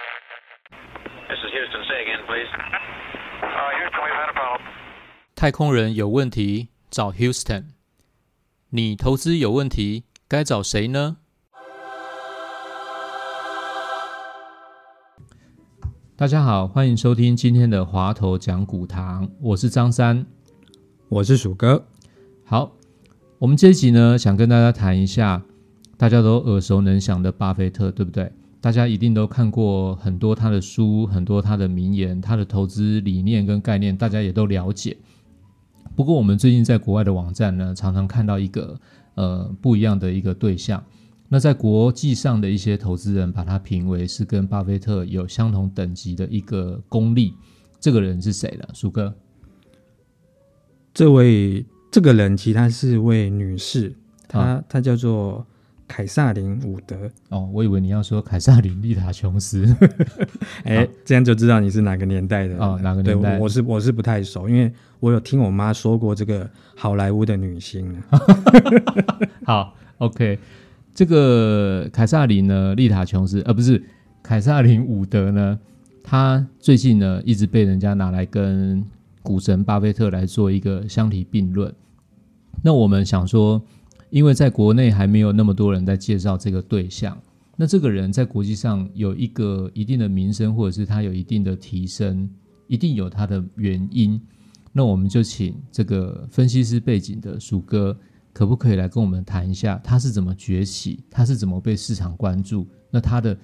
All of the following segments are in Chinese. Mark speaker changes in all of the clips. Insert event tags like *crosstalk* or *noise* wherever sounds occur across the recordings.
Speaker 1: This is Houston. Say again, please.
Speaker 2: Uh, Houston, we've had a problem.
Speaker 3: 太空人有问题找 Houston，你投资有问题该找谁呢？大家好，欢迎收听今天的华头讲股堂，我是张三。
Speaker 4: 我是鼠哥。
Speaker 3: 好，我们这一集呢，想跟大家谈一下大家都耳熟能详的巴菲特，对不对？大家一定都看过很多他的书，很多他的名言，他的投资理念跟概念，大家也都了解。不过，我们最近在国外的网站呢，常常看到一个呃不一样的一个对象。那在国际上的一些投资人把他评为是跟巴菲特有相同等级的一个功力，这个人是谁呢？鼠哥，
Speaker 4: 这位这个人其实她是位女士，她、
Speaker 3: 啊
Speaker 4: 她叫做凯撒琳·伍德。
Speaker 3: 哦，我以为你要说凯撒琳·丽塔琼斯。
Speaker 4: 哎、这样就知道你是哪个年代的人
Speaker 3: 哦哪个
Speaker 4: 对
Speaker 3: 年代
Speaker 4: 我我是我是不太熟，因为我有听我妈说过这个好莱坞的女星啊。
Speaker 3: *laughs* 好，OK，这个凯撒琳呢，丽塔琼斯，呃，不是凯撒琳伍德呢，她最近呢一直被人家拿来跟股神巴菲特来做一个相提并论。那我们想说，因为在国内还没有那么多人在介绍这个对象，那这个人在国际上有一个一定的名声，或者是他有一定的提升，一定有他的原因。那我们就请这个分析师背景的鼠哥，可不可以来跟我们谈一下他是怎么崛起，他是怎么被市场关注？那他的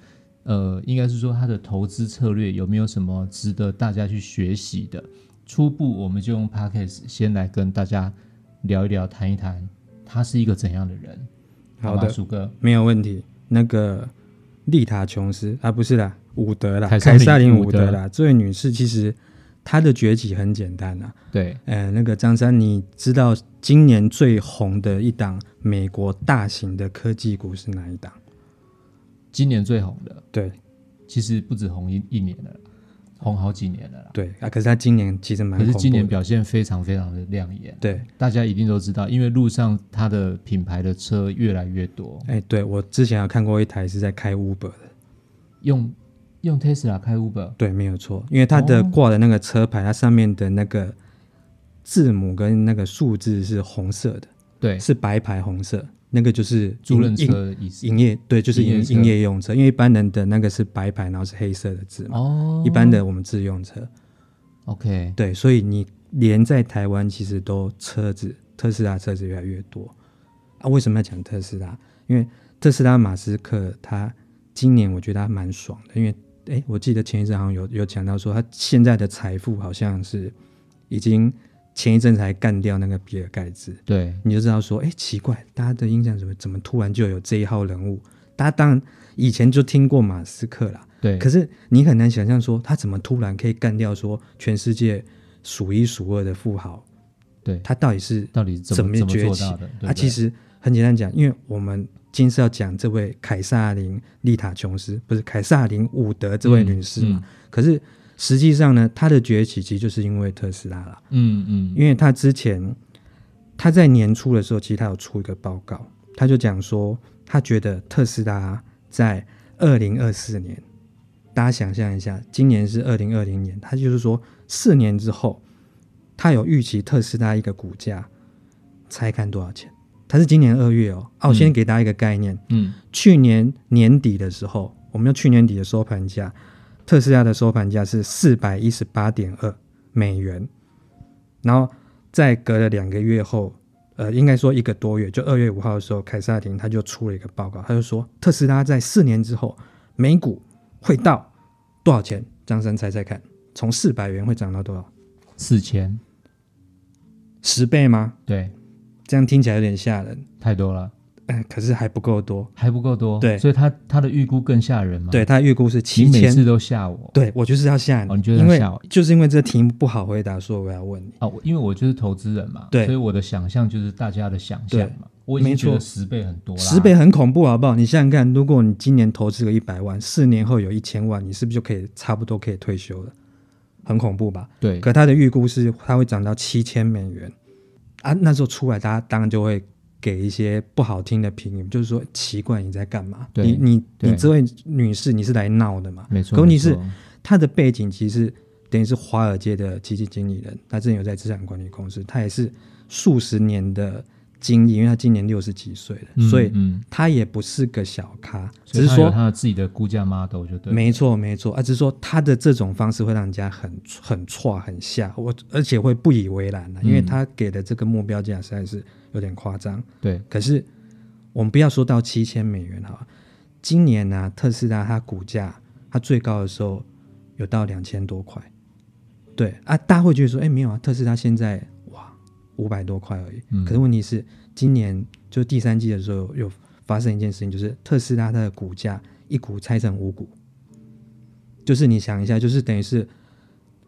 Speaker 3: 呃，应该是说他的投资策略有没有什么值得大家去学习的？初步我们就用 p a c k a g e 先来跟大家聊一聊，谈一谈他是一个怎样的人。
Speaker 4: 好
Speaker 3: 吧，
Speaker 4: 的，
Speaker 3: 鼠哥，
Speaker 4: 没有问题。那个丽塔·琼斯啊，不是啦，伍德啦，
Speaker 3: 凯撒
Speaker 4: 凯
Speaker 3: 琳
Speaker 4: 撒琳·伍
Speaker 3: 伍德
Speaker 4: 德啦。这位女士其实她的崛起很简单啊，
Speaker 3: 对，
Speaker 4: 呃，那个张三，你知道今年最红的一档美国大型的科技股是哪一档？
Speaker 3: 今年最红的，
Speaker 4: 对
Speaker 3: 其实不止红一一年了啦，红好几年了啦。
Speaker 4: 对啊，可是它今年其实蛮
Speaker 3: 可
Speaker 4: 恐
Speaker 3: 是
Speaker 4: 怖的。
Speaker 3: 今年表现非常非常的亮眼。
Speaker 4: 对，
Speaker 3: 大家一定都知道，因为路上它的品牌的车越来越多，
Speaker 4: 哎、对我之前有看过一台是在开 Uber 的，
Speaker 3: 用用 Tesla 开 Uber，
Speaker 4: 对，没有错，因为它的
Speaker 3: 哦
Speaker 4: 挂的那个车牌，它上面的那个字母跟那个数字是红色的，
Speaker 3: 对，
Speaker 4: 是白牌红色，那个就是
Speaker 3: 租赁
Speaker 4: 营
Speaker 3: 车的意思。
Speaker 4: 营营业，对，就是
Speaker 3: 营业
Speaker 4: 营
Speaker 3: 车
Speaker 4: 营业用车，因为一般人的那个是白牌，然后是黑色的字嘛，
Speaker 3: 哦，
Speaker 4: 一般的我们自用车，
Speaker 3: OK，
Speaker 4: 对，所以你连在台湾其实都车子特斯拉车子越来越多啊。为什么要讲特斯拉？因为特斯拉马斯克他今年我觉得他蛮爽的，因为诶，我记得前一阵好像有有讲到说他现在的财富好像是已经前一阵才干掉那个比尔盖茨，
Speaker 3: 对
Speaker 4: 你就知道说，诶，奇怪，大家的印象怎么怎么突然就有这一号人物？大家当然以前就听过马斯克啦，
Speaker 3: 对，
Speaker 4: 可是你很难想象说他怎么突然可以干掉说全世界数一数二的富豪，
Speaker 3: 对，
Speaker 4: 他到底是
Speaker 3: 到底是怎
Speaker 4: 怎
Speaker 3: 么
Speaker 4: 么
Speaker 3: 怎么
Speaker 4: 崛
Speaker 3: 做
Speaker 4: 起
Speaker 3: 到的？对不
Speaker 4: 啊，
Speaker 3: 对
Speaker 4: 其实很简单讲，因为我们今天是要讲这位凯撒琳·丽塔琼斯，不是凯撒琳·伍德这位女士嘛。
Speaker 3: 嗯
Speaker 4: 可是实际上呢，她的崛起其实就是因为特斯拉啦，
Speaker 3: 嗯嗯，
Speaker 4: 因为她之前她在年初的时候，其实她有出一个报告，她就讲说，她觉得特斯拉在二零二四年，大家想象一下，今年是二零二零年，她就是说四年之后，她有预期特斯拉一个股价，猜看多少钱？它是今年二月哦，啊，我先给大家一个概念，
Speaker 3: 嗯
Speaker 4: 去年年底的时候，我们要去年底的收盘价，特斯拉的收盘价是四百一十八点二美元，然后在隔了两个月后，呃，应该说一个多月，就二月五号的时候，凯撒廷他就出了一个报告，他就说特斯拉在四年之后，每股会到多少钱？张三猜猜看，从四百元会涨到多少？
Speaker 3: 四千，
Speaker 4: 十倍吗？
Speaker 3: 对，
Speaker 4: 这样听起来有点吓人，
Speaker 3: 太多了，
Speaker 4: 呃，可是还不够多。
Speaker 3: 还不够多，
Speaker 4: 对
Speaker 3: 所以他他的预估更吓人嘛。
Speaker 4: 对，，他预估是
Speaker 3: 你
Speaker 4: 七
Speaker 3: 每
Speaker 4: 千
Speaker 3: 次都吓我。
Speaker 4: 对我就是要吓你，
Speaker 3: 哦哦你就是要
Speaker 4: 因为
Speaker 3: 吓我
Speaker 4: 就是因为这题目不好回答，所以我要问你。
Speaker 3: 啊，我因为我就是投资人嘛，
Speaker 4: 对
Speaker 3: 所以我的想象就是大家的想象
Speaker 4: 对
Speaker 3: 嘛。我已经
Speaker 4: 没
Speaker 3: 觉得
Speaker 4: 错
Speaker 3: 十倍很多啦，
Speaker 4: 十倍很恐怖，好不好？你想想看，如果你今年投资个一百万，四年后有一千万，你是不是就可以差不多可以退休了？很恐怖吧？
Speaker 3: 对，
Speaker 4: 可它的预估是它会涨到七千美元啊！那时候出来，大家当然就会给一些不好听的评语，就是说奇怪你在干嘛？
Speaker 3: 对
Speaker 4: 你你
Speaker 3: 对
Speaker 4: 你这位女士你是来闹的嘛？
Speaker 3: 没错。
Speaker 4: 可问题
Speaker 3: 没
Speaker 4: 是
Speaker 3: 错
Speaker 4: 她的背景其实等于是华尔街的基金经理人，她之前有在资产管理公司，她也是数十年的经历，因为她今年六十几岁了，
Speaker 3: 嗯
Speaker 4: 所以
Speaker 3: 嗯，
Speaker 4: 她也不是个小咖，
Speaker 3: 所以
Speaker 4: 只是
Speaker 3: 他有
Speaker 4: 说
Speaker 3: 他的自己的估价 model 就对了，
Speaker 4: 没错，没错，啊，只是说他的这种方式会让人家很很错、很吓，我而且会不以为然、啊、因为
Speaker 3: 嗯
Speaker 4: 他给的这个目标价实在是有点夸张。
Speaker 3: 对，
Speaker 4: 可是我们不要说到七千美元好了，今年呢、特斯拉它股价它最高的时候有到两千多块，对啊，大家会觉得说，哎，没有啊，特斯拉现在哇五百多块而已。
Speaker 3: 嗯
Speaker 4: 可是问题是，今年就第三季的时候有发生一件事情，就是特斯拉它的股价一股拆成五股，就是你想一下，就是等于是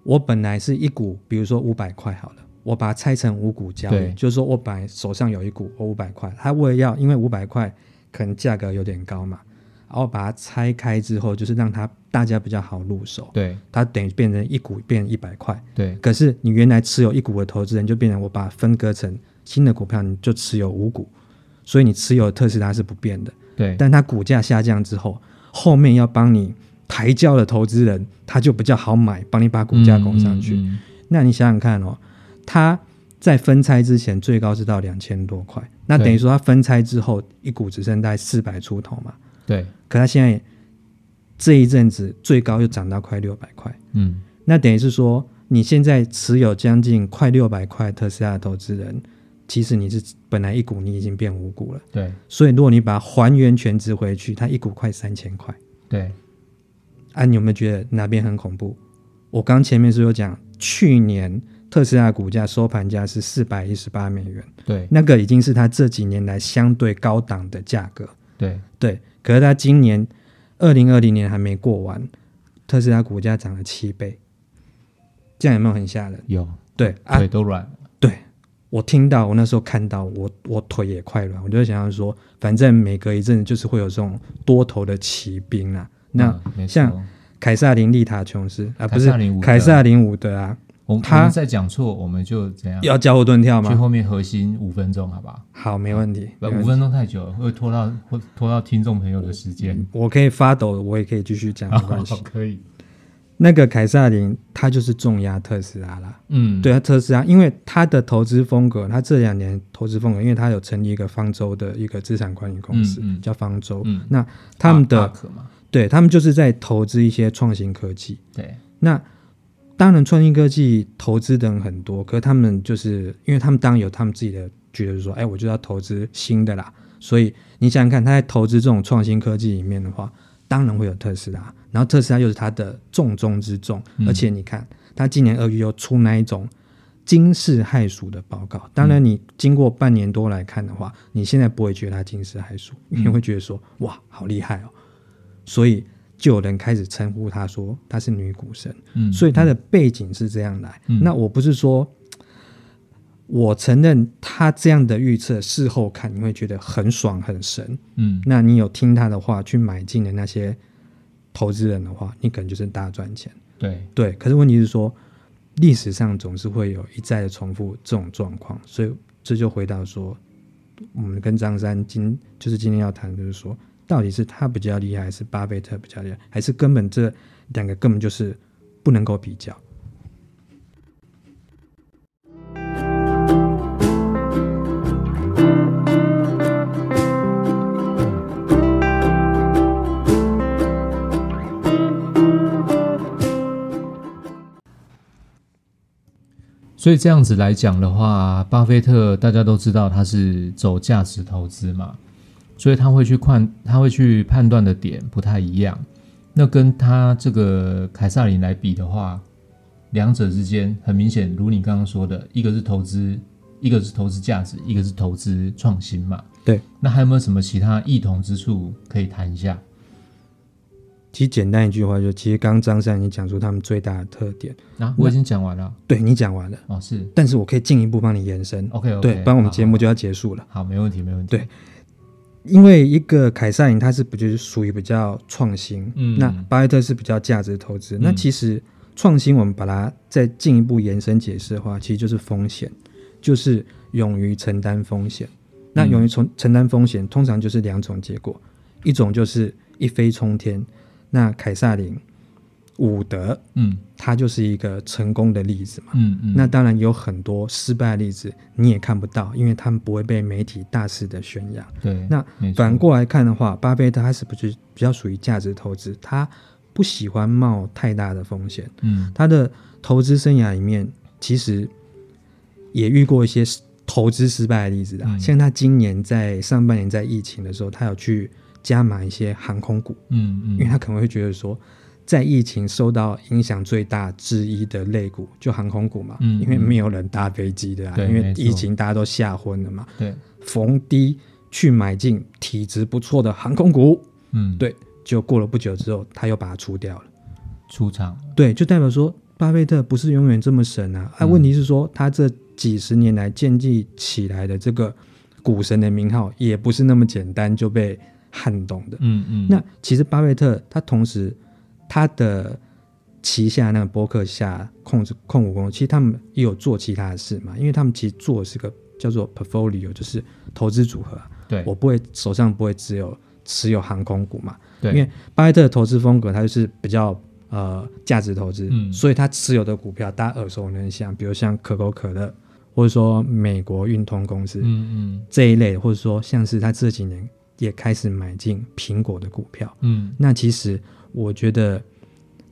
Speaker 4: 我本来是一股，比如说五百块好了。我把它拆成五股交易
Speaker 3: 对，
Speaker 4: 就是说我本来手上有一股，我五百块，它为了要因为五百块可能价格有点高嘛，然后把它拆开之后，就是让它大家比较好入手，
Speaker 3: 对
Speaker 4: 它等于变成一股变一百块，
Speaker 3: 对
Speaker 4: 可是你原来持有一股的投资人，就变成我把它分割成新的股票，你就持有五股，所以你持有的特斯拉是不变的，
Speaker 3: 对，
Speaker 4: 但它股价下降之后，后面要帮你抬轿的投资人，他就比较好买，帮你把股价拱上去。
Speaker 3: 嗯嗯嗯
Speaker 4: 那你想想看哦，它在分拆之前最高是到两千多块，那
Speaker 3: 对
Speaker 4: 等于说它分拆之后一股只剩大概四百出头嘛，
Speaker 3: 对，
Speaker 4: 可它现在这一阵子最高又涨到快六百块，
Speaker 3: 嗯，
Speaker 4: 那等于是说你现在持有将近快六百块特斯拉的投资人，其实你是本来一股你已经变五股了，
Speaker 3: 对
Speaker 4: 所以如果你把它还原全值回去，它一股快三千块。
Speaker 3: 对
Speaker 4: 啊，你有没有觉得哪边很恐怖？我刚前面是有讲，去年特斯拉股价收盘价是四百一十八美元，
Speaker 3: 对
Speaker 4: 那个已经是它这几年来相对高档的价格。
Speaker 3: 对，
Speaker 4: 对，可是它今年二零二零年还没过完，特斯拉股价涨了七倍，这样有没有很吓人？
Speaker 3: 有
Speaker 4: 对啊，
Speaker 3: 腿都软了，
Speaker 4: 对我听到，我那时候看到，我我腿也快软，我就想要说，反正每隔一阵子就是会有这种多头的骑兵啊。那
Speaker 3: 嗯没
Speaker 4: 像
Speaker 3: 错
Speaker 4: 凯撒琳丽塔琼斯啊，
Speaker 3: 凯
Speaker 4: 不
Speaker 3: 撒
Speaker 4: 是
Speaker 3: 琳伍德
Speaker 4: 凯撒琳伍德啊，
Speaker 3: 我们
Speaker 4: 他
Speaker 3: 我们再讲错，我们就怎样
Speaker 4: 要教我蹲跳
Speaker 3: 啊去
Speaker 4: 吗？
Speaker 3: 后面核心五分钟，好不好？
Speaker 4: 好，没问题。
Speaker 3: 不，五
Speaker 4: 没问题
Speaker 3: 分钟太久了，会拖到会拖到听众朋友的时 *laughs* 间。
Speaker 4: 我可以发抖，我也可以继续嗯讲，没关系
Speaker 3: 好。可以，
Speaker 4: 那个凯撒琳，他就是重压特斯拉啦。
Speaker 3: 嗯，
Speaker 4: 对，他特斯拉，因为他的投资风格，他这两年投资风格，因为他有成立一个方舟的一个资产管理公司，
Speaker 3: 嗯嗯啊
Speaker 4: 叫方舟。
Speaker 3: 嗯
Speaker 4: 那他们的
Speaker 3: Ark 嘛，
Speaker 4: 对他们就是在投资一些创新科技。
Speaker 3: 对
Speaker 4: 那当然，创新科技投资的人很多，可是他们就是因为他们当然有他们自己的觉得说，哎，我就要投资新的啦。所以你想想看，他在投资这种创新科技里面的话，当然会有特斯拉，然后特斯拉又是他的重中之重，
Speaker 3: 嗯
Speaker 4: 而且你看，他今年二月又出那一种。惊世骇俗的报告，当然你经过半年多来看的话，你现在不会觉得它惊世骇俗，你会觉得说哇，好厉害哦。所以就有人开始称呼她说她是女股神，
Speaker 3: 嗯
Speaker 4: 所以她的背景是这样来。
Speaker 3: 嗯
Speaker 4: 那我不是说，我承认她这样的预测，事后看你会觉得很爽很神。
Speaker 3: 嗯
Speaker 4: 那你有听她的话去买进的那些投资人的话，你可能就是大赚钱。
Speaker 3: 对
Speaker 4: 对，可是问题是说，历史上总是会有一再的重复这种状况，所以这就回到说，我们跟张三今就是今天要谈，就是说，到底是他比较厉害，还是巴菲特比较厉害，还是根本这两个根本就是不能够比较？
Speaker 3: 所以这样子来讲的话，巴菲特大家都知道他是走价值投资嘛，所以他会去判他会去判断的点不太一样。那跟他这个凯撒琳来比的话，两者之间很明显，如你刚刚说的，一个是投资，一个是投资价值，一个是投资创新嘛。
Speaker 4: 对，
Speaker 3: 那还有没有什么其他异同之处可以谈一下？
Speaker 4: 其实简单一句话就，其实刚刚张三已经讲出他们最大的特点，
Speaker 3: 啊，我已经讲完了。
Speaker 4: 对你讲完了，
Speaker 3: 哦，是
Speaker 4: 但是我可以进一步帮你延伸
Speaker 3: OK，OK，
Speaker 4: 对，不然我们
Speaker 3: 哦好
Speaker 4: 节目就要结束了。
Speaker 3: 好，没问题，没问题。
Speaker 4: 对因为一个凯撒琳，它是不就是属于比较创新，
Speaker 3: 嗯
Speaker 4: 那巴菲特是比较价值投资。
Speaker 3: 嗯
Speaker 4: 那其实创新，我们把它再进一步延伸解释的话，其实就是风险，就是勇于承担风险。那勇于承
Speaker 3: 嗯
Speaker 4: 承担风险，通常就是两种结果，一种就是一飞冲天，那凯撒琳、伍德，
Speaker 3: 嗯
Speaker 4: 它就是一个成功的例子嘛。
Speaker 3: 嗯嗯，
Speaker 4: 那当然有很多失败的例子，你也看不到，因为他们不会被媒体大肆的宣扬。
Speaker 3: 对，
Speaker 4: 那
Speaker 3: 没错
Speaker 4: 反过来看的话，巴菲特他是不是比较属于价值投资？他不喜欢冒太大的风险。
Speaker 3: 嗯
Speaker 4: 他的投资生涯里面，其实也遇过一些失投资失败的例子的、啊。
Speaker 3: 嗯
Speaker 4: 像他今年在上半年在疫情的时候，他有去加码一些航空股，
Speaker 3: 嗯嗯，
Speaker 4: 因为他可能会觉得说，在疫情受到影响最大之一的类股就航空股嘛，
Speaker 3: 嗯
Speaker 4: 因为没有人搭飞机的啊，
Speaker 3: 对
Speaker 4: 因为
Speaker 3: 没错
Speaker 4: 疫情大家都吓昏了嘛，
Speaker 3: 对，
Speaker 4: 逢低去买进体质不错的航空股，
Speaker 3: 嗯
Speaker 4: 对，就过了不久之后，他又把它出掉了。
Speaker 3: 出场了，
Speaker 4: 对，就代表说巴菲特不是永远这么神啊。
Speaker 3: 嗯
Speaker 4: 啊，问题是说他这几十年来建立起来的这个股神的名号，也不是那么简单就被撼动的。
Speaker 3: 嗯嗯，
Speaker 4: 那其实巴菲特他同时他的旗下那个伯克夏控制控股公司，其实他们也有做其他的事嘛，因为他们其实做的是个叫做 portfolio，就是投资组合啊、
Speaker 3: 对
Speaker 4: 我不会手上不会只有持有航空股嘛，
Speaker 3: 对，
Speaker 4: 因为巴菲特的投资风格，它就是比较呃价值投资，
Speaker 3: 嗯
Speaker 4: 所以他持有的股票大家耳熟能详，比如像可口可乐，或者说美国运通公司、
Speaker 3: 嗯嗯
Speaker 4: 这一类，或者说像是他这几年也开始买进苹果的股票。
Speaker 3: 嗯
Speaker 4: 那其实我觉得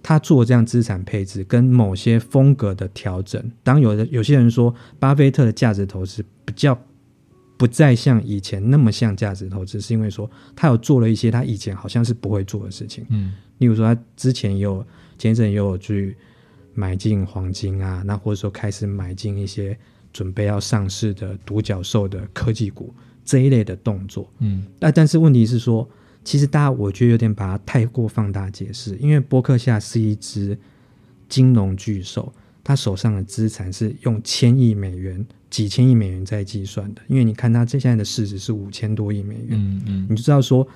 Speaker 4: 他做这样资产配置跟某些风格的调整，当有的有些人说巴菲特的价值投资比较。不再像以前那么像价值投资，是因为说他有做了一些他以前好像是不会做的事情，
Speaker 3: 嗯
Speaker 4: 例如说，他之前也有前一阵也有去买进黄金啊，那或者说开始买进一些准备要上市的独角兽的科技股这一类的动作。
Speaker 3: 嗯
Speaker 4: 那但是问题是说，其实大家我觉得有点把它太过放大解释，因为波克夏是一只金融巨兽，他手上的资产是用千亿美元、几千亿美元在计算的，因为你看他这现在的市值是五千多亿美元，
Speaker 3: 嗯嗯
Speaker 4: 你就知道说，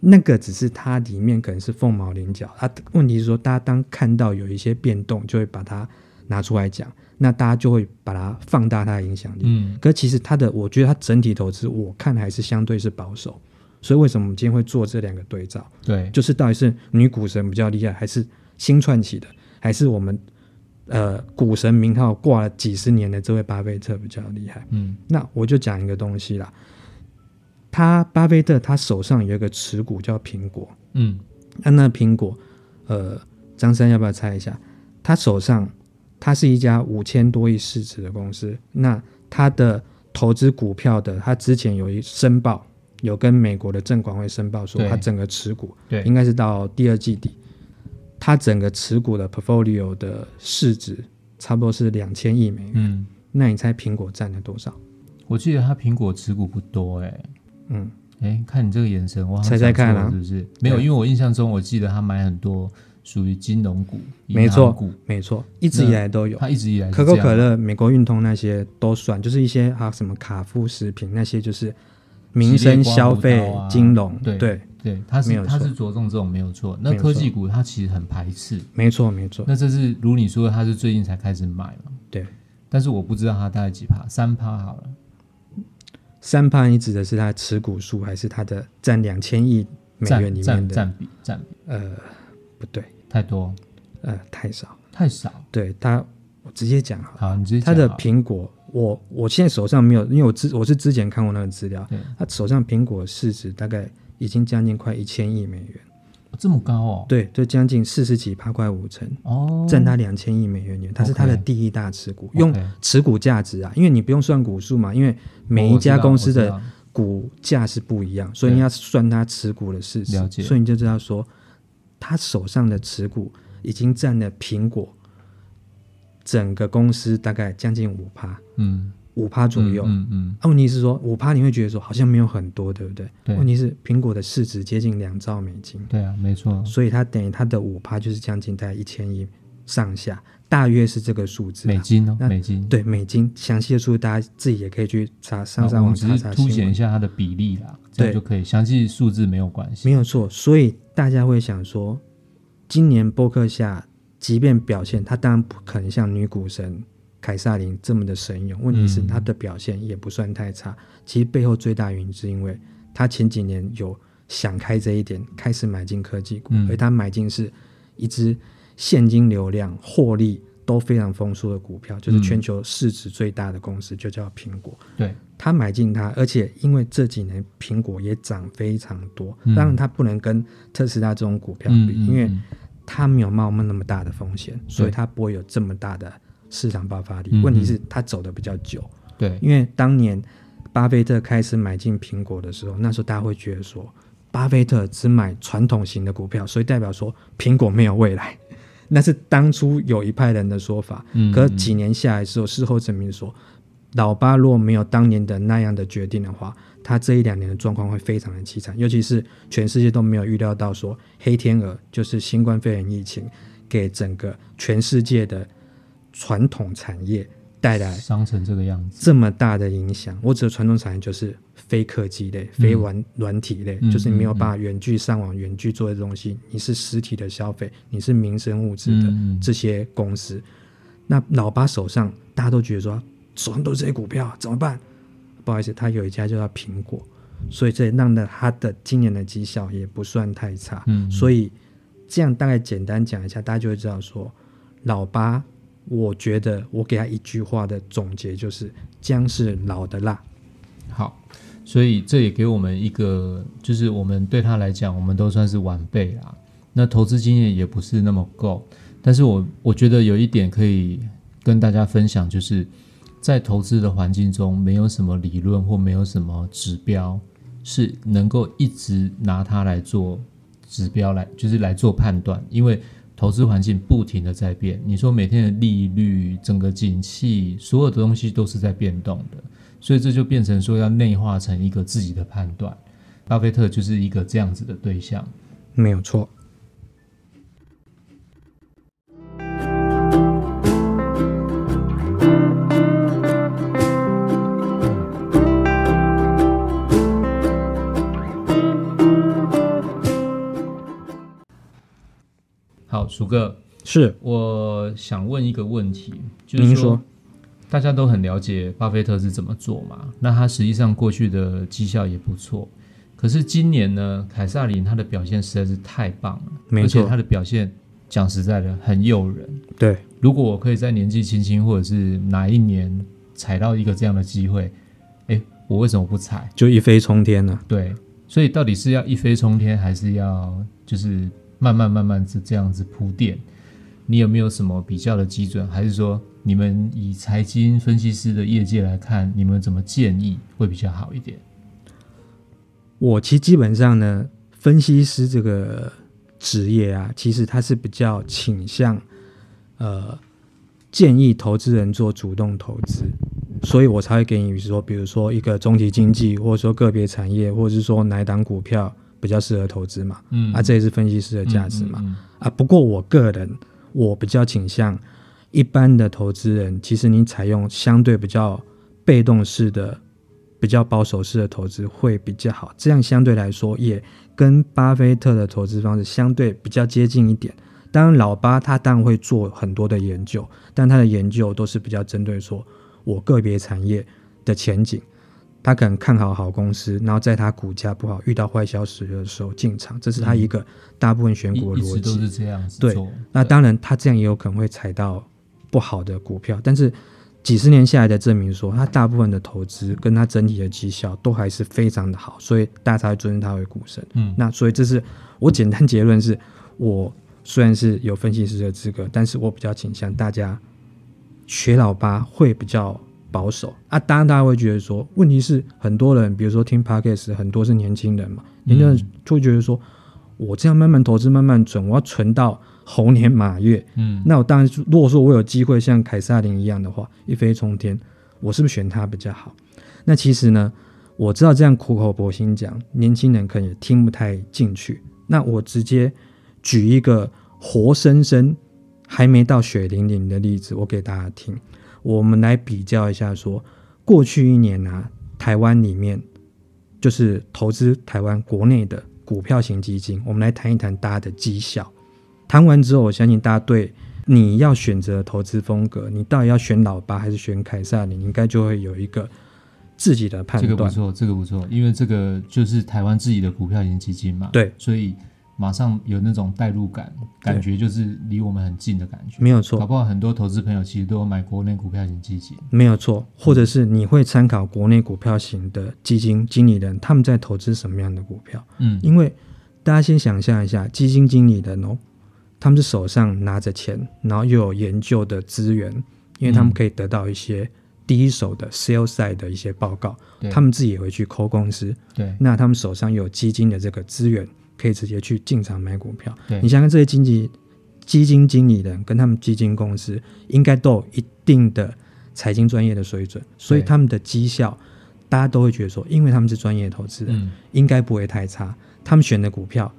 Speaker 4: 那个只是它里面可能是凤毛麟角。它问题是说，大家当看到有一些变动，就会把它拿出来讲，那大家就会把它放大它的影响力。
Speaker 3: 嗯
Speaker 4: 可其实它的，我觉得它整体投资，我看还是相对是保守。所以为什么我们今天会做这两个对照？
Speaker 3: 对，
Speaker 4: 就是到底是女股神比较厉害，还是新串起的，还是我们呃股神名号挂了几十年的这位巴菲特比较厉害？
Speaker 3: 嗯
Speaker 4: 那我就讲一个东西啦，他巴菲特他手上有一个持股叫苹果，
Speaker 3: 嗯
Speaker 4: 那那苹果，呃，张三要不要猜一下？他手上它是一家五千多亿市值的公司，那他的投资股票的，他之前有一申报，有跟美国的证管会申报说
Speaker 3: 对
Speaker 4: 他整个持股，
Speaker 3: 对
Speaker 4: 应该是到第二季底，他整个持股的 portfolio 的市值差不多是两千亿美元，
Speaker 3: 嗯，
Speaker 4: 那你猜苹果占了多少？
Speaker 3: 我记得他苹果持股不多哎。
Speaker 4: 嗯，
Speaker 3: 哎，看你这个眼神，我好像
Speaker 4: 猜猜
Speaker 3: 讲错
Speaker 4: 看啊
Speaker 3: 了是不是？没有，因为我印象中，我记得他买很多属于金融股、银
Speaker 4: 没错
Speaker 3: 行股，
Speaker 4: 没错，一直以来都有。
Speaker 3: 他一直以来是
Speaker 4: 可口
Speaker 3: 这样
Speaker 4: 可乐、美国运通那些都算，就是一些啊什么卡夫食品那些，就是民生消
Speaker 3: 系列
Speaker 4: 费
Speaker 3: 刮胡刀啊
Speaker 4: 金融。
Speaker 3: 对对，他
Speaker 4: 没
Speaker 3: 是
Speaker 4: 有错
Speaker 3: 他是着重这种没有错。那
Speaker 4: 没有错
Speaker 3: 科技股它其实很排斥，
Speaker 4: 没错没错，
Speaker 3: 那这是如你说的，他是最近才开始买嘛？
Speaker 4: 对。
Speaker 3: 但是我不知道他大概几趴，三趴好了。
Speaker 4: 三趴你指的是它的持股数，还是它的占两千亿美
Speaker 3: 占
Speaker 4: 元里面
Speaker 3: 占
Speaker 4: 的？
Speaker 3: 占比占比
Speaker 4: 呃，不对，
Speaker 3: 太多
Speaker 4: 呃，太少。
Speaker 3: 太少。
Speaker 4: 对它，我直接讲好了，
Speaker 3: 好，你直接
Speaker 4: 它
Speaker 3: 讲
Speaker 4: 的
Speaker 3: 好了
Speaker 4: 苹果，我我现在手上没有，因为我之我是之前看过那个资料
Speaker 3: 对，
Speaker 4: 它手上苹果市值大概已经将近快一千亿美元，
Speaker 3: 哦这么高哦？
Speaker 4: 对，就将近四十几趴，快五成。
Speaker 3: 哦，
Speaker 4: 占它两千亿美元，它是它的
Speaker 3: OK
Speaker 4: 第一大持股，
Speaker 3: OK
Speaker 4: 用持股价值啊，因为你不用算股数嘛，因为每一家公司的股价是不一样，所以你要算它持股的市值
Speaker 3: 了，解
Speaker 4: 所以你就知道说，他手上的持股已经占了苹果整个公司大概将近五趴，
Speaker 3: 嗯
Speaker 4: 五趴左右。
Speaker 3: 嗯嗯
Speaker 4: 啊，问题是说五趴你会觉得说好像没有很多，对不对？
Speaker 3: 对
Speaker 4: 问题是苹果的市值接近两兆美金，
Speaker 3: 嗯，对啊，没错，
Speaker 4: 所以它等于它的五趴就是将近在一千亿上下，大约是这个数字、
Speaker 3: 美
Speaker 4: 啊。
Speaker 3: 金哦，
Speaker 4: 那
Speaker 3: 美金。
Speaker 4: 对美金，详细的数字大家自己也可以去查
Speaker 3: 那
Speaker 4: 上上
Speaker 3: 我
Speaker 4: 网
Speaker 3: 们只
Speaker 4: 查
Speaker 3: 是
Speaker 4: 查
Speaker 3: 凸
Speaker 4: 新
Speaker 3: 显一
Speaker 4: 闻，
Speaker 3: 下它的比例啦，这样
Speaker 4: 对
Speaker 3: 就可以。详细数字没有关系。
Speaker 4: 没有错。所以大家会想说，今年波克夏即便表现，它当然不可能像女股神凯撒林这么的神勇。问题是它的表现也不算太差。其实背后最大原因是因为他前几年有想开这一点，开始买进科技股，
Speaker 3: 嗯
Speaker 4: 而他买进是一只现金流量、获利都非常丰硕的股票，就是
Speaker 3: 嗯
Speaker 4: 全球市值最大的公司，就叫苹果。
Speaker 3: 对，
Speaker 4: 他买进它，而且因为这几年苹果也涨非常多，
Speaker 3: 嗯
Speaker 4: 当然它不能跟特斯拉这种股票
Speaker 3: 嗯
Speaker 4: 比，
Speaker 3: 嗯
Speaker 4: 因为
Speaker 3: 嗯
Speaker 4: 它没有冒那么大的风险，所以它不会有这么大的市场爆发力。
Speaker 3: 嗯嗯
Speaker 4: 问题是它走的比较久，
Speaker 3: 对，
Speaker 4: 因为当年巴菲特开始买进苹果的时候，那时候大家会觉得说，巴菲特只买传统型的股票，所以代表说苹果没有未来。 *laughs* 那是当初有一派人的说法，
Speaker 3: 嗯
Speaker 4: 可几年下来之后，事后证明说，老巴若没有当年的那样的决定的话，他这一两年的状况会非常的凄惨，尤其是全世界都没有预料到说黑天鹅就是新冠肺炎疫情给整个全世界的传统产业带来
Speaker 3: 伤成这个样子，
Speaker 4: 这么大的影响。我指的传统产业就是非科技类、非软软体类，
Speaker 3: 嗯
Speaker 4: 就是你没有办法远距上网、远距做的东西，你是实体的消费，你是民生物资的
Speaker 3: 嗯嗯
Speaker 4: 这些公司。那老八手上大家都觉得说手上都是这些股票，怎么办？不好意思，他有一家就叫苹果，所以这让的他的今年的绩效也不算太差。
Speaker 3: 嗯嗯
Speaker 4: 所以这样大概简单讲一下，大家就会知道说，老八，我觉得我给他一句话的总结就是：姜是老的辣。
Speaker 3: 好，所以这也给我们一个，就是我们对他来讲，我们都算是晚辈啦。那投资经验也不是那么够，但是我我觉得有一点可以跟大家分享，就是在投资的环境中，没有什么理论或没有什么指标是能够一直拿它来做指标来，就是来做判断，因为投资环境不停的在变。你说每天的利率、整个景气，所有的东西都是在变动的。所以这就变成说要内化成一个自己的判断。巴菲特就是一个这样子的对象。
Speaker 4: 没有错。
Speaker 3: 好，鼠哥，
Speaker 4: 是，
Speaker 3: 我想问一个问题，就是
Speaker 4: 您
Speaker 3: 说
Speaker 4: 说，
Speaker 3: 大家都很了解巴菲特是怎么做嘛，那他实际上过去的绩效也不错，可是今年呢，凯撒林他的表现实在是太棒了，
Speaker 4: 没
Speaker 3: 而
Speaker 4: 错
Speaker 3: 且他的表现讲实在的很诱人。
Speaker 4: 对，
Speaker 3: 如果我可以在年纪轻轻或者是哪一年踩到一个这样的机会，哎，我为什么不踩？
Speaker 4: 就一飞冲天了。
Speaker 3: 对，所以到底是要一飞冲天，还是要就是慢慢慢慢是这样子铺垫？你有没有什么比较的基准？还是说你们以财经分析师的业界来看，你们怎么建议会比较好一点？
Speaker 4: 我其实基本上呢，分析师这个职业啊，其实他是比较倾向，呃，建议投资人做主动投资，所以我才会给你说，比如说一个中体经济，或者说个别产业，或者是说哪一档股票比较适合投资嘛，
Speaker 3: 嗯
Speaker 4: 啊，这也是分析师的价值嘛，
Speaker 3: 嗯嗯
Speaker 4: 啊，不过我个人我比较倾向一般的投资人，其实你采用相对比较被动式的、比较保守式的投资会比较好，这样相对来说也跟巴菲特的投资方式相对比较接近一点。当然，老巴他当然会做很多的研究，但他的研究都是比较针对说我个别产业的前景。他可能看好好公司，然后在他股价不好、遇到坏消息的时候进场，这是他一个大部分选
Speaker 3: 一
Speaker 4: 股的
Speaker 3: 嗯一
Speaker 4: 逻
Speaker 3: 直
Speaker 4: 辑。
Speaker 3: 都是这样子
Speaker 4: 对
Speaker 3: 做。
Speaker 4: 那当然，他这样也有可能会踩到不好的股票，但是几十年下来的证明说，他大部分的投资跟他整体的绩效都还是非常的好，所以大家才会尊称他为股神。
Speaker 3: 嗯
Speaker 4: 那所以这是我简单结论是，我虽然是有分析师的资格，但是我比较倾向大家学老八会比较保守啊。当然，大家会觉得说，问题是很多人，比如说听 podcast，很多是年轻人嘛，年轻人就会觉得说，我这样慢慢投资，慢慢存，我要存到猴年马月。
Speaker 3: 嗯
Speaker 4: 那我当然是，如果说我有机会像凯撒琳一样的话，一飞冲天，我是不是选他比较好？那其实呢，我知道这样苦口婆心讲，年轻人可能也听不太进去。那我直接举一个活生生还没到血淋淋的例子，我给大家听。我们来比较一下说过去一年啊，台湾里面就是投资台湾国内的股票型基金，我们来谈一谈大家的绩效。谈完之后，我相信大家对你要选择投资风格，你到底要选老八还是选凯撒林，你应该就会有一个自己的判
Speaker 3: 这个不
Speaker 4: 断。
Speaker 3: 错，这个不错，因为这个就是台湾自己的股票型基金嘛，
Speaker 4: 对，
Speaker 3: 所以马上有那种代入感，感觉就是离我们很近的感觉，
Speaker 4: 没有
Speaker 3: 搞
Speaker 4: 错，
Speaker 3: 不好很多投资朋友其实都有买国内股票型基金，
Speaker 4: 没有错，或者是你会参考国内股票型的基金经理人，他们在投资什么样的股票？
Speaker 3: 嗯，
Speaker 4: 因为大家先想象一下，基金经理人哦，他们是手上拿着钱，然后又有研究的资源，因为他们可以得到一些第一手的 sales side 的一些报告，
Speaker 3: 对
Speaker 4: 他们自己也会去抠公司，
Speaker 3: 对
Speaker 4: 那他们手上有基金的这个资源，可以直接去进场买股票。
Speaker 3: 对
Speaker 4: 你想想这些经济基金经理人跟他们基金公司，应该都有一定的财经专业的水准，所以
Speaker 3: 对
Speaker 4: 他们的绩效，大家都会觉得说，因为他们是专业投资人，
Speaker 3: 嗯
Speaker 4: 应该不会太差。他们选的股票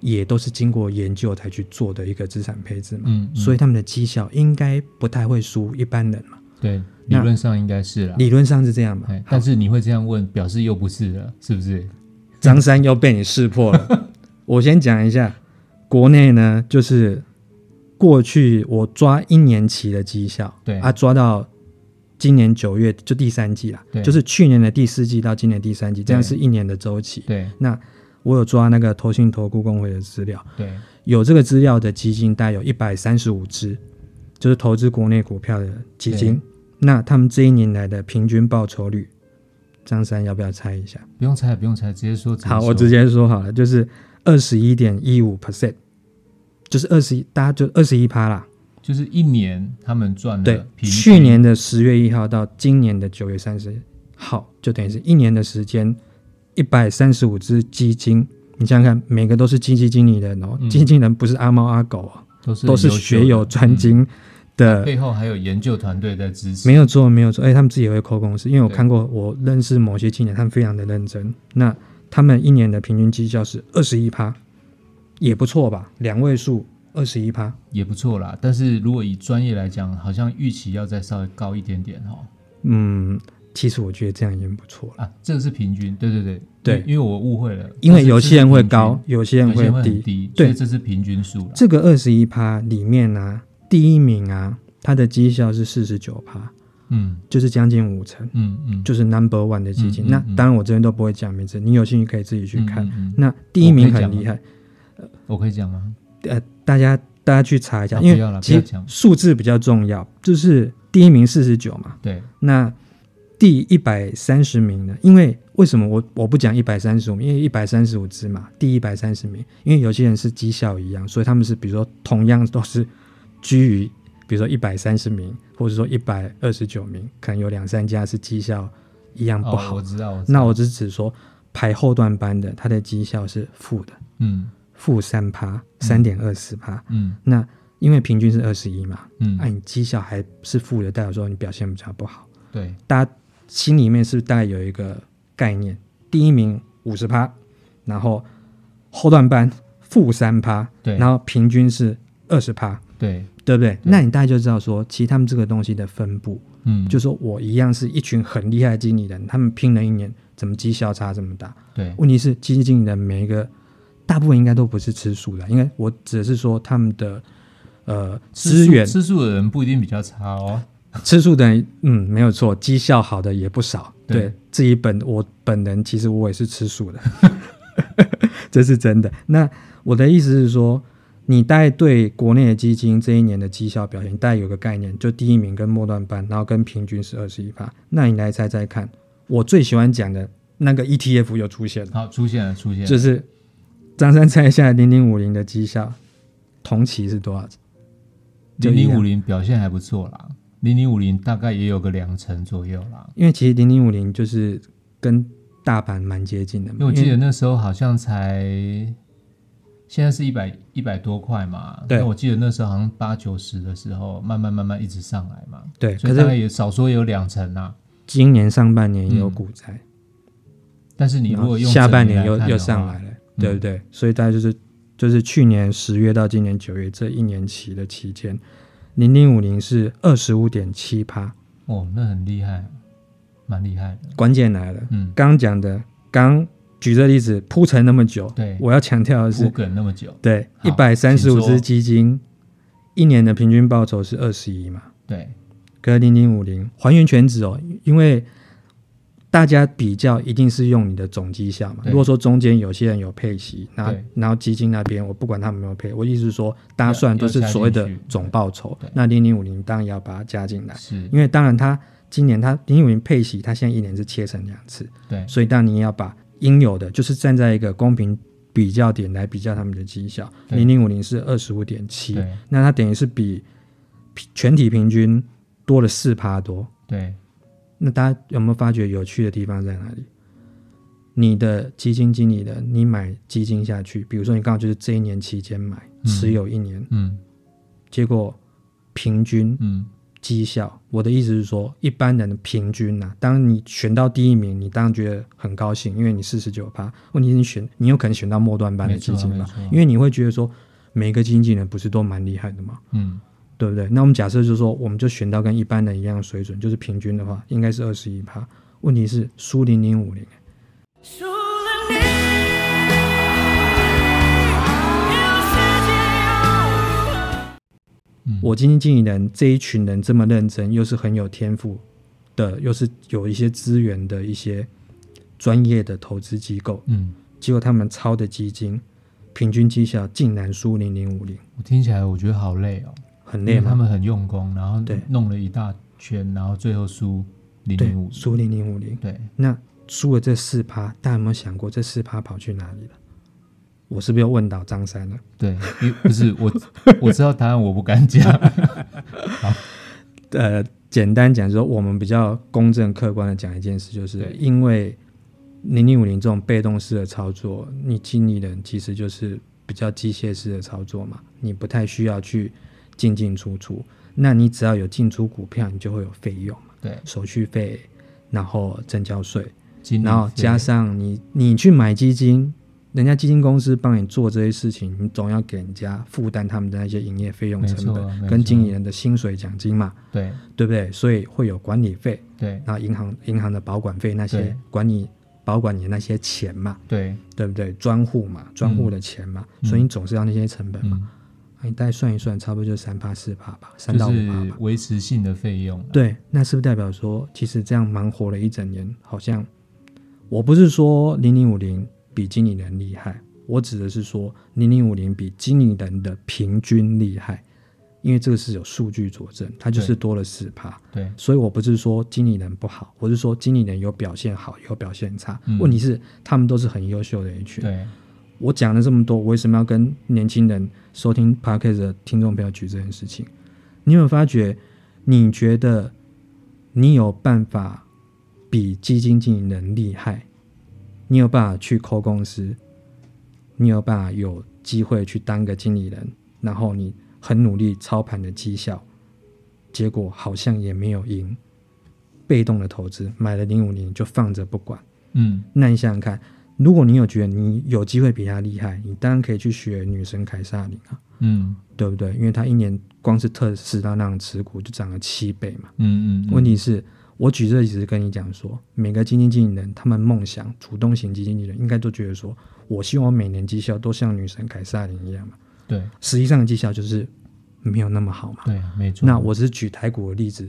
Speaker 4: 也都是经过研究才去做的一个资产配置嘛，
Speaker 3: 嗯，嗯
Speaker 4: 所以他们的绩效应该不太会输一般人
Speaker 3: 嗯
Speaker 4: 嘛。
Speaker 3: 对理
Speaker 4: 那
Speaker 3: 论上应该是啦，
Speaker 4: 理论上是这样嘛
Speaker 3: 哎，
Speaker 4: 好
Speaker 3: 但是你会这样问，表示又不是了，是不是？
Speaker 4: 张三又被你识破了。
Speaker 3: *laughs*
Speaker 4: 我先讲一下，国内呢，就是过去我抓一年期的绩效，
Speaker 3: 对
Speaker 4: 啊，抓到今年九月就第三季啦
Speaker 3: 对，
Speaker 4: 就是去年的第四季到今年第三季，这样
Speaker 3: 对
Speaker 4: 是一年的周期。
Speaker 3: 对
Speaker 4: 那我有抓那个投信投顾工会的资料，
Speaker 3: 对
Speaker 4: 有这个资料的基金大概有一百三十五只，就是投资国内股票的基金。那他们这一年来的平均报酬率，张三要不要猜一下？
Speaker 3: 不用猜，不用猜，直接说。
Speaker 4: 好，
Speaker 3: 说
Speaker 4: 我直接说好了，就是二十一点一五 percent，就是二十一，大家就二十一趴啦。
Speaker 3: 就是一年他们赚了
Speaker 4: 对，
Speaker 3: 平均
Speaker 4: 去年的十月一号到今年的九月三十号，就等于是一年的时间，一百三十五只基金。你想想看，每个都是基金经理人哦，
Speaker 3: 嗯
Speaker 4: 基金经理人不是阿猫阿狗哦，
Speaker 3: 都是
Speaker 4: 都是
Speaker 3: 很优秀的
Speaker 4: 学有专，精
Speaker 3: 嗯
Speaker 4: 的。
Speaker 3: 背后还有研究团队在支持。
Speaker 4: 没有错，没有哎错，而且他们自己也会扣公司，因为我
Speaker 3: 对
Speaker 4: 看过，我认识某些青年，他们非常的认真。那他们一年的平均绩效是二十一趴，也不错吧？两位数，二十一趴，
Speaker 3: 也不错啦，但是如果以专业来讲，好像预期要再稍微高一点点哈。
Speaker 4: 嗯，其实我觉得这样已经不错了。
Speaker 3: 啊，这个是平均，对对对
Speaker 4: 对
Speaker 3: 因因为我误会了，
Speaker 4: 因为
Speaker 3: 但是
Speaker 4: 有些人会
Speaker 3: 这是平均
Speaker 4: 高，，有些
Speaker 3: 有
Speaker 4: 人
Speaker 3: 些人会
Speaker 4: 会
Speaker 3: 很
Speaker 4: 低。
Speaker 3: 低，
Speaker 4: 对
Speaker 3: 所以这是平均数啦。
Speaker 4: 这个二十一趴里面呢、第一名啊，他的绩效是四十九趴，
Speaker 3: 嗯
Speaker 4: 就是将近五成，
Speaker 3: 嗯嗯，
Speaker 4: 就是 number one 的基金。
Speaker 3: 嗯嗯
Speaker 4: 那
Speaker 3: 嗯
Speaker 4: 当然，我这边都不会讲名字，你有兴趣可以自己去看。
Speaker 3: 嗯嗯嗯
Speaker 4: 那第一名很厉害，
Speaker 3: 我可以讲吗？
Speaker 4: 呃，大家大家去查一下，
Speaker 3: 啊
Speaker 4: 因
Speaker 3: 不要
Speaker 4: 为
Speaker 3: 了
Speaker 4: 其
Speaker 3: 不要
Speaker 4: 实
Speaker 3: 讲
Speaker 4: 数字比较重要，就是第一名四十九嘛，
Speaker 3: 对，
Speaker 4: 那第一百三十名呢？因为为什么我我不讲一百三十五？因为一百三十五只嘛，第一百三十名，因为有些人是绩效一样，所以他们是比如说同样都是居于比如说一百三十名，或者说一百二十九名，可能有两三家是绩效一样不
Speaker 3: 哦，
Speaker 4: 好。
Speaker 3: 我知道，我知道，
Speaker 4: 那我只是指说排后段班的，他的绩效是负的，
Speaker 3: 嗯
Speaker 4: 负三趴，三点二四趴。
Speaker 3: 嗯
Speaker 4: 那因为平均是二十一嘛，啊
Speaker 3: 嗯，
Speaker 4: 那、你绩效还是负的，代表说你表现比较不好。
Speaker 3: 对，
Speaker 4: 大家心里面是不是大概有一个概念？第一名五十趴，然后后段班负三趴，
Speaker 3: 对
Speaker 4: 然后平均是二十趴，
Speaker 3: 对，
Speaker 4: 对不对？那你大概就知道说，其实他们这个东西的分布，
Speaker 3: 嗯，
Speaker 4: 就说我一样是一群很厉害的经理人，他们拼了一年，怎么绩效差这么大？
Speaker 3: 对，
Speaker 4: 问题是，基金经理人每一个大部分应该都不是吃素的，因为我只是说他们的呃资
Speaker 3: 吃素
Speaker 4: 源
Speaker 3: 吃素的人不一定比较差哦。
Speaker 4: 吃素的人，嗯，没有错，绩效好的也不少。
Speaker 3: 对
Speaker 4: 对自己本我本人，其实我也是吃素的， *laughs* 这是真的。那我的意思是说，你大概对国内的基金这一年的绩效表现，大概有个概念，就第一名跟末段班，然后跟平均是二十一趴。那你来猜猜看，我最喜欢讲的那个 ETF 有出现了，
Speaker 3: 好，出现了，出现了，
Speaker 4: 就是张三猜一下零零五零的绩效，同期是多少？就
Speaker 3: 零
Speaker 4: 一
Speaker 3: 零
Speaker 4: 样
Speaker 3: 五零表现还不错啦，零零五零大概也有个两成左右啦。
Speaker 4: 因为其实零零五零就是跟大阪蛮接近的
Speaker 3: 因
Speaker 4: 嘛。
Speaker 3: 为我记
Speaker 4: 因
Speaker 3: 得
Speaker 4: 为
Speaker 3: 那时候好像才，现在是一百一百多块嘛。
Speaker 4: 对
Speaker 3: 那我记得那时候好像八九十的时候，慢慢慢慢一直上来嘛。
Speaker 4: 对，
Speaker 3: 所
Speaker 4: 可
Speaker 3: 以大概
Speaker 4: 是
Speaker 3: 也少说有两成啦。
Speaker 4: 今年上半年也有股灾，
Speaker 3: 但是你
Speaker 4: 然
Speaker 3: 如
Speaker 4: 后
Speaker 3: 果用
Speaker 4: 下半
Speaker 3: 整
Speaker 4: 年
Speaker 3: 年
Speaker 4: 又
Speaker 3: 来看的
Speaker 4: 又
Speaker 3: 话嗯
Speaker 4: 上来，了，对不对？所以大概就是就是去年十月到今年九月这一年期的期间，零零五零是二十五点七趴，
Speaker 3: 哦，那很厉害，蛮厉害的。
Speaker 4: 关键来了，
Speaker 3: 嗯，
Speaker 4: 刚刚讲的，刚举这例子铺陈那么久，
Speaker 3: 对
Speaker 4: 我要强调的
Speaker 3: 铺
Speaker 4: 是，
Speaker 3: 梗那么久，
Speaker 4: 对，
Speaker 3: 好
Speaker 4: 一百三十
Speaker 3: 请
Speaker 4: 五
Speaker 3: 说
Speaker 4: 只基金一年的平均报酬是二十一嘛，
Speaker 3: 对，
Speaker 4: 跟零零五零还原全值哦，因为大家比较一定是用你的总绩效嘛。
Speaker 3: 对
Speaker 4: 如果说中间有些人有配息，那
Speaker 3: 对
Speaker 4: 然后基金那边我不管他们有没有配，我意思是说，大家算都是
Speaker 3: 要加进
Speaker 4: 所谓的
Speaker 3: 去
Speaker 4: 总报酬
Speaker 3: 对对，
Speaker 4: 那零零五零当然也要把它加进来，
Speaker 3: 是，
Speaker 4: 因为当然它今年它零零五零配息，它现在一年是切成两次，
Speaker 3: 对，
Speaker 4: 所以当然你也要把应有的，就是站在一个公平比较点来比较他们的绩效。
Speaker 3: 对
Speaker 4: 零零五零是二十五点七
Speaker 3: 对，
Speaker 4: 那它等于是比平全体平均多了四趴多。
Speaker 3: 对，
Speaker 4: 那大家有没有发觉有趣的地方在哪里？你的基金经理的，你买基金下去，比如说你刚好就是这一年期间买，
Speaker 3: 嗯
Speaker 4: 持有一年，
Speaker 3: 嗯
Speaker 4: 结果平均
Speaker 3: 嗯，
Speaker 4: 绩效。我的意思是说，一般人的平均呐、当你选到第一名，你当然觉得很高兴，因为你四十九趴。问题是你选，你有可能选到末段班的
Speaker 3: 没错
Speaker 4: 基金嘛
Speaker 3: 没错，
Speaker 4: 因为你会觉得说，每个经纪人不是都蛮厉害的嘛，
Speaker 3: 嗯，
Speaker 4: 对不对？那我们假设就是说，我们就选到跟一般人一样的水准，就是平均的话，应该是二十一趴。问题是输零零五零，
Speaker 5: 除了你，有世界有
Speaker 3: 嗯
Speaker 4: 我基金经理人这一群人这么认真，又是很有天赋的，又是有一些资源的一些专业的投资机构，
Speaker 3: 嗯，
Speaker 4: 结果他们抄的基金平均绩效竟然输零零五零，
Speaker 3: 我听起来我觉得好累哦，
Speaker 4: 很
Speaker 3: 因
Speaker 4: 累
Speaker 3: 为他
Speaker 4: 吗？
Speaker 3: 们很用功，然后
Speaker 4: 对
Speaker 3: 弄了一大圈，然后最后输零
Speaker 4: 对
Speaker 3: 零五，，
Speaker 4: 输零零五零。
Speaker 3: 对，
Speaker 4: 那输了这四趴，大家有没有想过这四趴跑去哪里了？我是不是又问到张三了？
Speaker 3: 对，因为不是我，我知道答案，我不敢
Speaker 4: *laughs*
Speaker 3: 讲。
Speaker 4: 呃，简单讲说，我们比较公正客观的讲一件事，就是
Speaker 3: 对
Speaker 4: 因为零零五零这种被动式的操作，你经理人其实就是比较机械式的操作嘛，你不太需要去进进出出。那你只要有进出股票，你就会有费用嘛，
Speaker 3: 对，
Speaker 4: 手续费，然后证交税，
Speaker 3: 经理
Speaker 4: 然后
Speaker 3: 费
Speaker 4: 加上你你去买基金，人家基金公司帮你做这些事情，你总要给人家负担他们的那些营业费用
Speaker 3: 没
Speaker 4: 成
Speaker 3: 错
Speaker 4: 本、
Speaker 3: 没
Speaker 4: 跟
Speaker 3: 错
Speaker 4: 经理人的薪水奖金嘛，
Speaker 3: 对
Speaker 4: 对不对？所以会有管理费，
Speaker 3: 对
Speaker 4: 然后银行银行的保管费那些
Speaker 3: 对
Speaker 4: 管理保管你的那些钱嘛，
Speaker 3: 对，
Speaker 4: 对不对？专户嘛，专户的钱嘛，
Speaker 3: 嗯
Speaker 4: 所以你总是要那些成本嘛。
Speaker 3: 嗯，
Speaker 4: 那你大概算一算，差不多就三趴四趴吧，三到
Speaker 3: 就
Speaker 4: 五趴
Speaker 3: 是
Speaker 4: 吧。
Speaker 3: 维持性的费用啊。
Speaker 4: 对，那是不是代表说，其实这样忙活了一整年，好像我不是说零零五零比经理人厉害，我指的是说零零五零比经理人的平均厉害，因为这个是有数据佐证，它就是
Speaker 3: 对
Speaker 4: 多了四趴。
Speaker 3: 对
Speaker 4: 所以我不是说经理人不好，我是说经理人有表现好，有表现差。
Speaker 3: 嗯
Speaker 4: 问题是他们都是很优秀的一群。
Speaker 3: 对
Speaker 4: 我讲了这么多，我为什么要跟年轻人收听 podcast 的听众朋友举这件事情？你有没有发觉？你觉得你有办法比基金经理人厉害？你有办法去抠公司？你有办法有机会去当个经理人？然后你很努力操盘的绩效，结果好像也没有赢。被动的投资买了零五零就放着不管。
Speaker 3: 嗯，
Speaker 4: 那你想想看，如果你有觉得你有机会比他厉害，你当然可以去学女神凯撒琳啊，
Speaker 3: 嗯
Speaker 4: 对不对？因为她一年光是特斯拉那样持股就涨了七倍嘛。
Speaker 3: 嗯嗯嗯，
Speaker 4: 问题是，我举这个例子跟你讲说，每个基金经理人他们梦想，主动型基金经理人应该都觉得说，我希望每年绩效都像女神凯撒琳一样嘛。
Speaker 3: 对
Speaker 4: 实际上的绩效就是没有那么好嘛。
Speaker 3: 对，没错。
Speaker 4: 那我只是举台股的例子，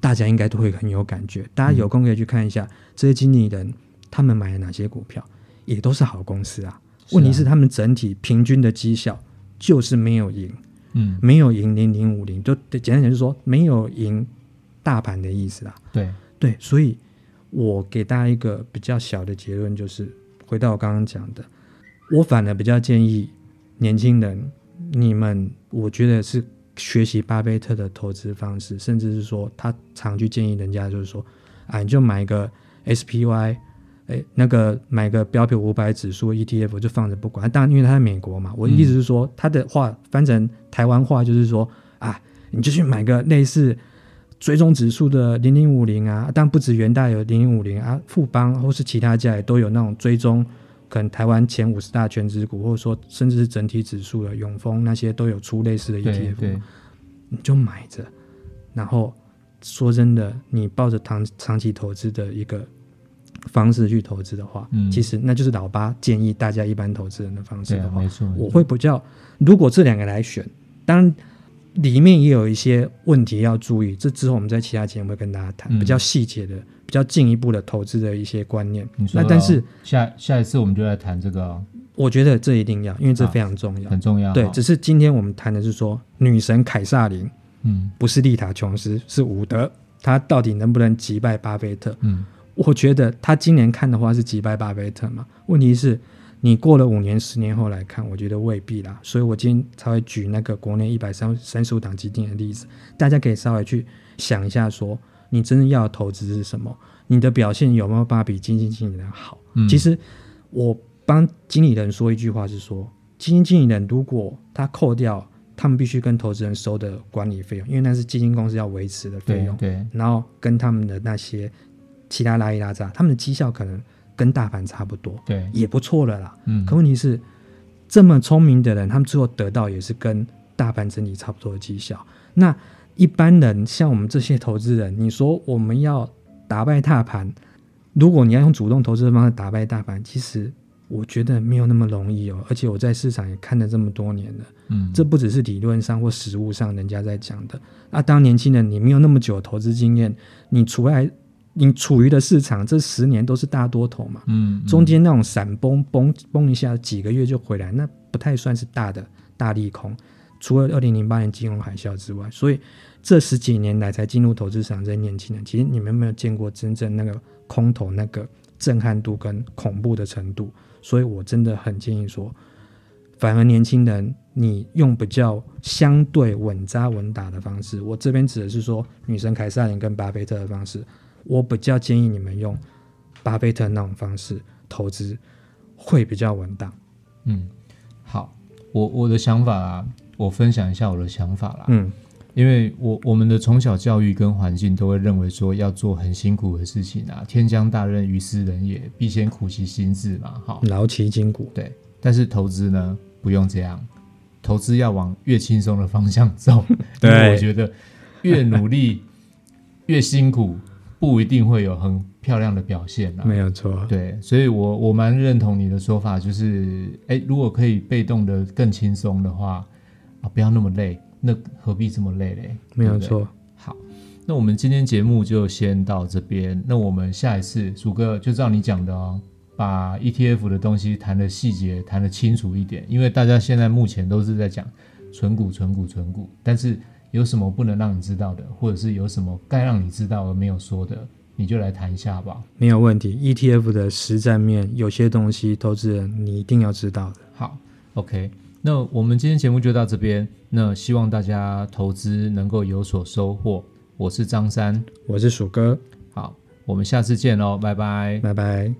Speaker 4: 大家应该都会很有感觉。
Speaker 3: 嗯
Speaker 4: 大家有空可以去看一下这些经理人他们买了哪些股票，也都是好公司啊。
Speaker 3: 是啊
Speaker 4: 问题是他们整体平均的绩效就是没有赢，
Speaker 3: 嗯
Speaker 4: 没有赢零零五零，就简单讲就是说没有赢大盘的意思啊。
Speaker 3: 对
Speaker 4: 对，所以我给大家一个比较小的结论，就是回到我刚刚讲的，我反而比较建议年轻人，你们我觉得是学习巴菲特的投资方式，甚至是说他常去建议人家就是说，啊，你就买一个 SPY。哎，那个买个标普五百指数 ETF 就放着不管，当然因为他在美国嘛，我的
Speaker 3: 嗯
Speaker 4: 意思是说、他的话翻成台湾话就是说啊，你就去买个类似追踪指数的零零五零啊，但不止元大有零零五零啊，富邦或是其他家也都有那种追踪，可能台湾前五十大全指股，或者说甚至是整体指数的永丰那些都有出类似的
Speaker 3: 对
Speaker 4: ETF，
Speaker 3: 对
Speaker 4: 嘛你就买着，然后说真的，你抱着长长期投资的一个。方式去投资的话，
Speaker 3: 嗯
Speaker 4: 其实那就是老八建议大家一般投资人的方式
Speaker 3: 对
Speaker 4: 的
Speaker 3: 啊，
Speaker 4: 话，
Speaker 3: 没错。没错
Speaker 4: 我会比较，如果这两个来选，当然里面也有一些问题要注意，这之后我们在其他节目会跟大家谈、
Speaker 3: 嗯
Speaker 4: 比较细节的、比较进一步的投资的一些观念
Speaker 3: 你。说
Speaker 4: 那
Speaker 3: 的哦
Speaker 4: 但是
Speaker 3: 下下一次我们就来谈这个哦，
Speaker 4: 我觉得这一定要，因为这非常重要。
Speaker 3: 啊很重要哦。
Speaker 4: 对，只是今天我们谈的是说，女神凯撒琳
Speaker 3: 嗯
Speaker 4: 不是丽塔琼斯，是伍德，她到底能不能击败巴菲特？
Speaker 3: 嗯
Speaker 4: 我觉得他今年看的话是击败巴菲特嘛，问题是，你过了五年、十年后来看，我觉得未必啦。所以我今天才会举那个国内一百三三十五档基金的例子，大家可以稍微去想一下说，你真正要的投资是什么？你的表现有没有办法比基金经理人好？
Speaker 3: 嗯
Speaker 4: 其实我帮经理人说一句话是说，基金经理人如果他扣掉他们必须跟投资人收的管理费用，因为那是基金公司要维持的费
Speaker 3: 对
Speaker 4: 用，
Speaker 3: 对，
Speaker 4: 然后跟他们的那些其他拉一拉杂，他们的绩效可能跟大盘差不多，
Speaker 3: 对
Speaker 4: 也不错了啦。
Speaker 3: 嗯
Speaker 4: 可问题是，这么聪明的人，他们最后得到也是跟大盘整体差不多的绩效。那一般人像我们这些投资人，你说我们要打败大盘，如果你要用主动投资的方式打败大盘，其实我觉得没有那么容易哦。而且我在市场也看了这么多年了。
Speaker 3: 嗯
Speaker 4: 这不只是理论上或实物上人家在讲的。那当年轻人你没有那么久的投资经验，你处在你处于的市场这十年都是大多头嘛，
Speaker 3: 嗯嗯
Speaker 4: 中间那种闪崩崩崩一下几个月就回来，那不太算是大的大利空。除了二零零八年金融海啸之外，所以这十几年来才进入投资市场这些年轻人，其实你们有没有见过真正那个空头那个震撼度跟恐怖的程度？所以我真的很建议说，反而年轻人，你用比较相对稳扎稳打的方式，我这边指的是说女神凯撒琳跟巴菲特的方式，我比较建议你们用巴菲特那种方式投资，会比较稳当。
Speaker 3: 嗯，好，我我的想法啊，我分享一下我的想法啦。
Speaker 4: 嗯
Speaker 3: 因为我我们的从小教育跟环境都会认为说要做很辛苦的事情啊，天将大任于斯人也，必先苦其心志嘛，哈、
Speaker 4: 劳其筋骨，
Speaker 3: 对。但是投资呢，不用这样，投资要往越轻松的方向
Speaker 4: *laughs*
Speaker 3: 走。
Speaker 4: 对
Speaker 3: 因为我觉得越努力越辛苦，不一定会有很漂亮的表现啦。
Speaker 4: 没有错。
Speaker 3: 啊对，所以我我蛮认同你的说法，就是哎，诶如果可以被动的更轻松的话，啊，不要那么累，那何必这么累嘞？
Speaker 4: 没有
Speaker 3: 对不对
Speaker 4: 错。
Speaker 3: 好，那我们今天节目就先到这边。那我们下一次，鼠哥就照你讲的哦，把 ETF 的东西谈的细节谈的清楚一点，因为大家现在目前都是在讲存股、存股、存股，但是有什么不能让你知道的，或者是有什么该让你知道而没有说的，你就来谈一下好不好？
Speaker 4: 没有问题。ETF 的实战面有些东西，投资人你一定要知道的。
Speaker 3: 好，OK，那我们今天节目就到这边。那希望大家投资能够有所收获。我是张三，
Speaker 4: 我是鼠哥，
Speaker 3: 好，我们下次见喽，拜拜。
Speaker 4: 拜拜。